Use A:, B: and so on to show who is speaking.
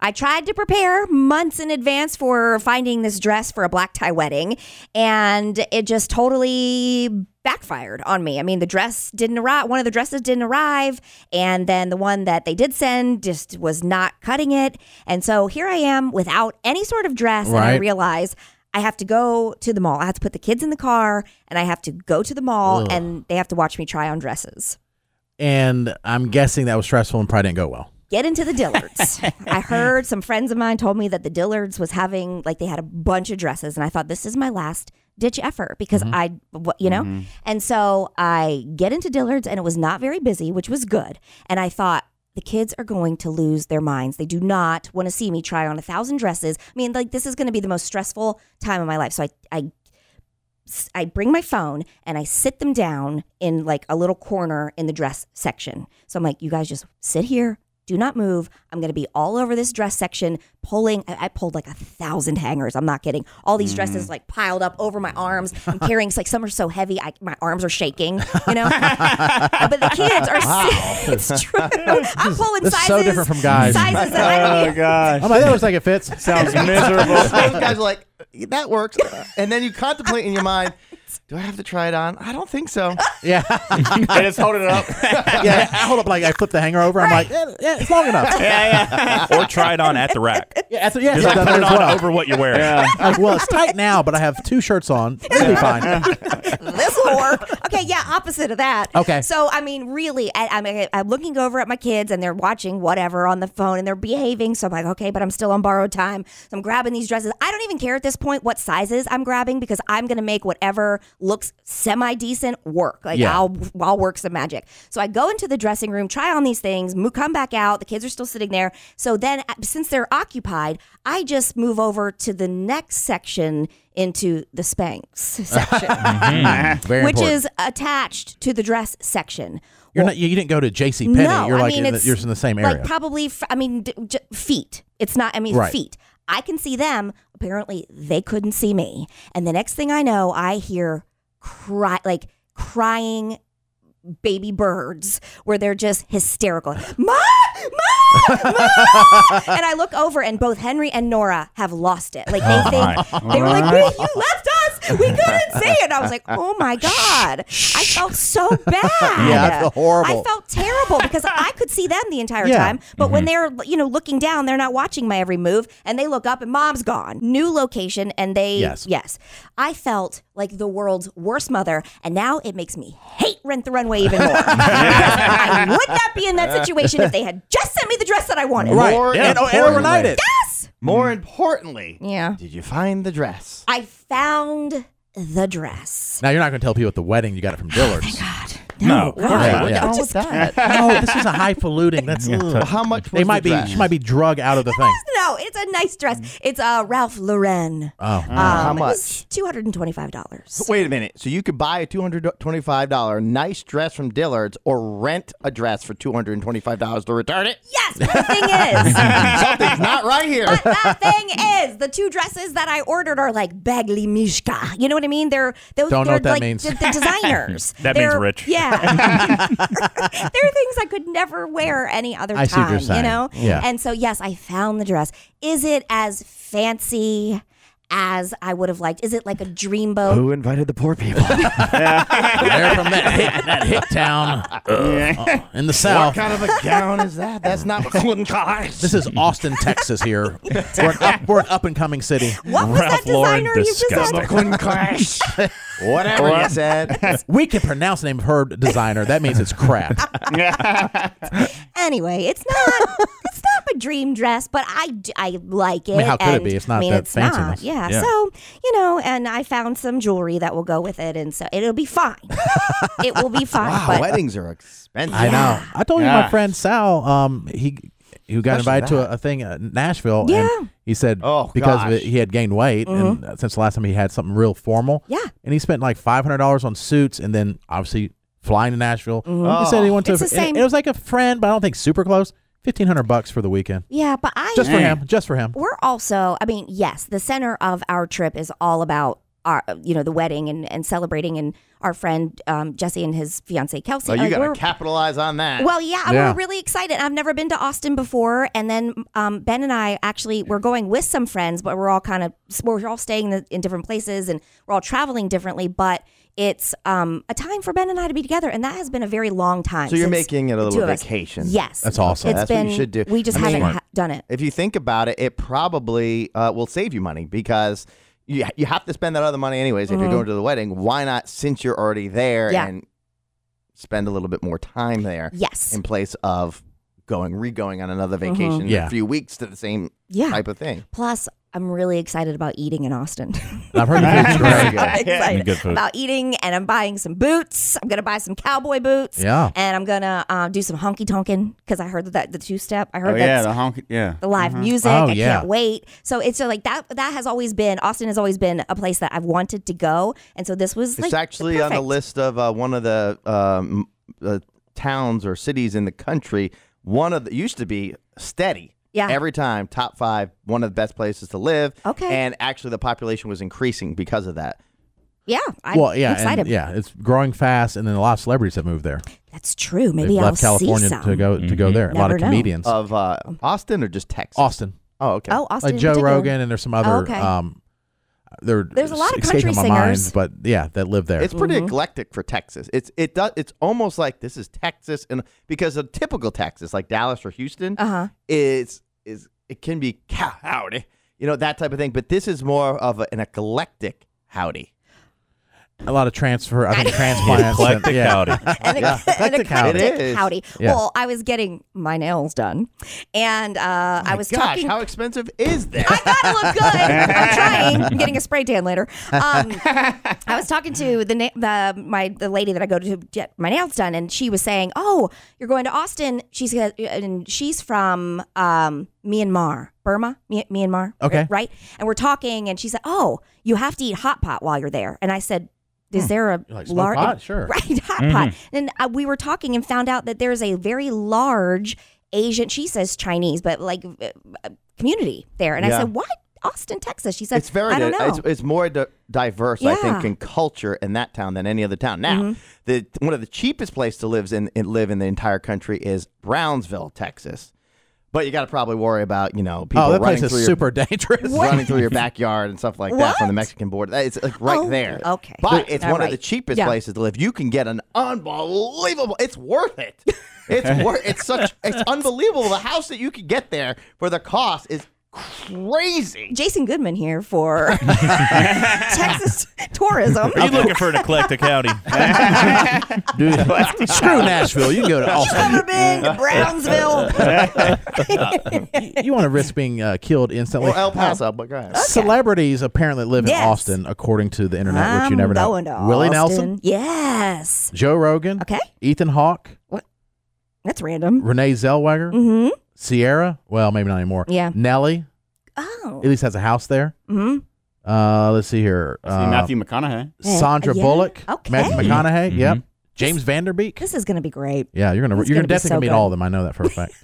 A: I tried to prepare months in advance for finding this dress for a black tie wedding, and it just totally backfired on me. I mean, the dress didn't arrive, one of the dresses didn't arrive, and then the one that they did send just was not cutting it. And so here I am without any sort of dress, and I
B: Right.
A: realize I have to go to the mall. I have to put the kids in the car, and I have to go to the mall,
B: Ugh.
A: and they have to watch me try on dresses.
B: And I'm guessing that was stressful and probably didn't go well.
A: get into the Dillards. I heard some friends of mine told me that the Dillards was having like they had a bunch of dresses, and I thought this is my last ditch effort because I, what- you know, and so I get into Dillards, and it was not very busy, which was good, and I thought. The kids are going to lose their minds. They do not want to see me try on a thousand dresses. I mean, like this is going to be the most stressful time of my life. So I, I s- I bring my phone and I sit them down in like a little corner in the dress section. So I'm like, you guys just sit here, do not move. I'm gonna be all over this dress section, pulling. I, I pulled like a thousand hangers. I'm not kidding. All these
B: Mm.
A: dresses like piled up over my arms. I'm carrying like some are so heavy, I, my arms are shaking. You know, but the kids are. It's true. I'm pulling
B: This is
A: sizes.
B: so different from guys.
A: Sizes that I don't
C: Oh
A: even-
B: I'm
C: gosh,
B: like, that looks like it fits.
C: sounds
D: Those
C: miserable.
D: guys are like, that works. And then you contemplate in your mind, do I have to try it on? I don't think so.
B: yeah.
C: and it's holding it up.
B: yeah. I hold up, like, I flip the hanger over. I'm like, yeah, yeah, it's long enough.
E: yeah, yeah. or try it on at the rack.
B: Yeah, that's, yeah,
E: Just
B: yeah,
E: like
B: that
E: put it
B: as
E: on
B: well.
E: over what you're wearing.
B: Like, well, it's tight now, but I have two shirts on. It'll be fine.
A: this whore. Okay, yeah, opposite of that.
B: Okay.
A: So I mean, really, I, I'm I'm looking over at my kids and they're watching whatever on the phone and they're behaving. So I'm like, okay, but I'm still on borrowed time. So I'm grabbing these dresses. I don't even care at this point what sizes I'm grabbing because I'm gonna make whatever looks semi decent work. Like
B: Yeah.
A: I'll I'll work some magic. So I go into the dressing room, try on these things, mo- come back out. The kids are still sitting there. So then, uh, since they're occupied, I just move over to the next section into the Spanx section
B: Very
A: which
B: important.
A: is attached to the dress section.
B: You're not, you you didn't go to J.C. Penney.
A: no,
B: you're
A: I
B: like
A: mean
B: in the,
A: it's
B: you're in the same
A: like
B: area.
A: probably. F- I mean, d- j- feet. It's not. I mean,
B: Right.
A: feet. I can see them. Apparently, they couldn't see me. And the next thing I know, I hear cry like crying baby birds where they're just hysterical. Ma! Ma! Ma! and I look over and both Henry and Nora have lost it. Like
B: Oh,
A: they think they were like, we, you left us. We couldn't see it. I was like, oh my God. I felt so bad.
B: Yeah, I feel horrible.
A: I felt terrible because I could see them the entire
B: Yeah.
A: time. But when they're,
D: Mm-hmm.
A: you know, looking down, they're not watching my every move and they look up and mom's gone. New location and they
B: Yes.
A: Yes. I felt like the world's worst mother, and now it makes me hate Rent the Runway even more. Because I would not be in that situation if they had just sent me the dress that I wanted.
D: More
B: And, oh, and overnight it.
D: More
B: Mm.
D: importantly,
A: Yeah.
D: did you find the dress?
A: I found the dress.
B: Now, you're not going to tell people at the wedding you got it from Dillard's.
A: Oh God.
E: No, of course
B: Yeah,
E: not.
B: yeah.
D: What's wrong with that?
B: no, this is a highfalutin. That's
D: Well,
B: ugh.
D: how much was
B: they might
D: the
B: be
D: dress?
B: she might be drug out of the thing.
A: No, it's a nice dress. It's uh, Ralph Lauren.
B: Oh,
D: How
A: Um,
D: much?
A: Two hundred and twenty-five dollars.
D: Wait a minute. So you could buy a two hundred twenty-five dollar nice dress from Dillard's, or rent a dress for two hundred and twenty-five dollars to return it.
A: Yes, but the thing is,
D: Something's not right here.
A: but the thing is, the two dresses that I ordered are like Bagley Mishka. You know what I mean? They're those.
B: Don't know
A: they're
B: what that
A: like
B: means.
A: The, the designers.
E: That means
A: They're-
E: rich.
A: Yeah. they're things I could never wear any other
B: I see what
A: time.
B: you're
A: You
B: saying.
A: know.
B: Yeah.
A: And so yes, I found the dress. Is it as fancy? As I would have liked. Is it like a dreamboat?
D: Who invited the poor people?
B: they're from that hit, that hit town
E: Oh,
B: uh, in the south.
D: What kind of a gown is that? That's not what
B: This is Austin, Texas. Here, we're an up, we're an up and coming city.
A: What was that
E: Ralph Lauren
A: designer you presented?
E: disgusting.
D: clash. Whatever you said.
B: We can pronounce the name of her designer. That means it's crap.
A: Anyway, it's not it's not my dream dress, but I, d- I like it.
B: mean, how could it
A: and-
B: be? It's not
A: I mean,
B: that
A: it's
B: fanciness.
A: Not. Yeah,
E: Yeah.
A: So you know, and I found some jewelry that will go with it, and so it'll be fine. it will be fine.
D: Wow,
A: but
D: weddings are expensive.
B: I know. I told you my
C: Gosh.
B: friend Sal. Um, he who got
D: Especially
B: invited to
D: that.
B: a, a thing in Nashville.
A: Yeah. Mm-hmm.
B: And he said
D: Oh,
B: because of
D: gosh.
B: it, he had gained weight, and uh, since the last time he had something real formal.
A: Yeah.
B: And he spent like five hundred dollars on suits, and then obviously flying to Nashville. He said he went to.
A: Mm-hmm. It's
B: a-
A: the
B: and
A: same-
B: It was like a friend, but I don't think super close. Fifteen hundred bucks for the weekend,
A: yeah, but I
B: just for him. Just for him.
A: we're also. I mean, yes, the center of our trip is all about our, you know, the wedding and, and celebrating and our friend um, Jesse and his fiance Kelsey.
D: Oh, you
A: Like,
D: got
A: Uh, we're-
D: to capitalize on that.
A: well, yeah,
B: Yeah.
A: we're really excited. I've never been to Austin before, and then um, Ben and I actually we're going with some friends, but we're all kind of we're all staying in- in different places and we're all traveling differently. But it's um, a time for Ben and I to be together, and that has been a very long time.
D: so you're
A: since
D: making it a
A: the
D: little
A: two of us-
D: vacation.
A: Yes,
B: That's awesome.
A: It's
D: That's what
A: been
D: you should do.
A: we just
D: I
A: haven't
D: mean-
A: ha- done it.
D: If you think about it, it probably uh, will save you money because you you have to spend that other money anyways if you're going to the wedding. Why not since you're already there
A: Mm-hmm. Yeah.
D: and spend a little bit more time there
A: Yes, Mm-hmm.
D: in place of going re-going on another vacation in
B: Yeah.
D: a few weeks to the same
A: yeah.
D: type of thing.
A: Plus, I'm really excited about eating in Austin.
B: I've heard the food's
D: Very
B: great.
D: good.
A: I'm excited
E: Good food.
A: about eating, and I'm buying some boots. I'm gonna buy some cowboy boots.
B: Yeah.
A: and I'm gonna uh, do some honky tonkin because I heard that the two step. I heard
C: Oh, yeah,
A: that's
C: the honky. Yeah. Mm-hmm.
A: the live music.
B: Oh,
A: I
B: yeah.
A: can't wait. So it's so like that. That has always been Austin has always been a place that I've wanted to go, and so this was
D: It's
A: like
D: actually on the
A: perfect.
D: list of uh, one of the um, uh, towns or cities in the country. One of the used to be steady.
A: Yeah.
D: Every time, top five, one of the best places to live.
A: Okay.
D: And actually, the population was increasing because of that.
A: Yeah, I'm
B: Well, yeah,
A: excited.
B: and, yeah, it's growing fast, and then a lot of celebrities have moved there.
A: That's true.
B: They've
A: Maybe I'll
B: left
A: see
B: California
A: some.
B: to go to go there. a lot
A: Never
B: of
A: know.
B: comedians,
D: Of Mm-hmm. uh, Austin or just Texas?
B: Austin,
D: Oh, okay.
A: Oh, Austin.
B: like
A: in
B: Joe
A: particular.
B: Rogan, and there's some other.
A: okay.
B: Um, they're
A: There's a lot of
B: escaping
A: country
B: my
A: singers.
B: mind, but yeah, that live there.
D: It's pretty
A: Mm-hmm.
D: eclectic for Texas. It's it does it's almost like this is Texas and because a typical Texas like Dallas or Houston
A: Uh-huh.
D: is is it can be cow- howdy, you know that type of thing. But this is more of a, an eclectic howdy.
B: a lot of transfer. I think transplants. and-
E: Eclectic
B: yeah.
E: howdy.
A: an,
B: Yeah,
A: ec- an
B: eclectic howdy.
A: eclectic
D: It is.
A: howdy.
B: Yeah.
A: Well, I was getting my nails done, and uh, I
D: My
A: was
D: gosh,
A: talking.
D: how expensive is that?
A: I gotta look good. I'm trying. I'm getting a spray tan later. Um, I was talking to the na- the my the lady that I go to get my nails done, and she was saying, "Oh, you're going to Austin." She's gonna- and she's from um, Myanmar, Burma, Mi- Myanmar.
B: Okay.
A: right. And we're talking, and she said, "Oh, you have to eat hot pot while you're there." And I said, "Is there a
B: Hmm. Like smoke
A: lar-
B: pot? Sure.
A: right hot pot?" And uh, we were talking and found out that there's a very large Asian. She says Chinese, but like uh, uh, community there. And I
D: Yeah.
A: said, "What?" Austin, Texas. She said,
D: It's very
A: I don't know.
D: it's, it's more di- diverse, I think,
A: Yeah. Mm-hmm.
D: in culture in that town than any other town. Now, the one of the cheapest places to live in, in live in the entire country is Brownsville, Texas. But you got to probably worry about you know people
B: Oh, that
D: running
B: place
D: through
B: is
D: your,
B: super dangerous.
D: running through your backyard and stuff like that from the
A: What?
D: Mexican border. That- It's like right
A: Oh,
D: there.
A: okay.
D: but it's
A: All
D: one of
A: right.
D: the cheapest
A: Yeah.
D: places to live. You can get an unbelievable. It's worth it. It's worth. It's such. It's unbelievable. The house that you could get there for the cost is crazy.
A: Jason Goodman here for Texas tourism.
E: Are you looking for an eclectic howdy?
B: Dude, screw Nashville. You can go to Austin.
A: Ever been to Brownsville?
B: You want to risk being uh, killed instantly?
D: Well, El Paso, but go
A: Uh,
D: ahead.
B: Celebrities apparently live
A: Yes.
B: in Austin, according to the internet, which you
A: I'm
B: never
A: going
B: know.
A: to
B: Willie
A: Austin.
B: Nelson,
A: Yes,
B: Joe Rogan,
A: Okay.
B: Ethan Hawke,
A: that's random.
B: Renee Zellweger,
A: Mm-hmm.
B: Sierra. Well, maybe not anymore.
A: Yeah.
B: Nelly
A: Oh.
B: at least has a house there.
A: Mm-hmm.
B: Uh, let's see here.
C: See,
B: Uh,
C: Matthew McConaughey.
B: Sandra
A: Uh, Yeah.
B: Bullock,
A: Okay.
B: Matthew McConaughey.
E: Mhm.
B: Yep. Mm-hmm. James Vanderbeek.
A: This is gonna be great.
B: Yeah, you're gonna
A: It's
B: you're
A: gonna be
B: gonna definitely
A: so
B: gonna meet
A: good.
B: all of them. I know that for a fact.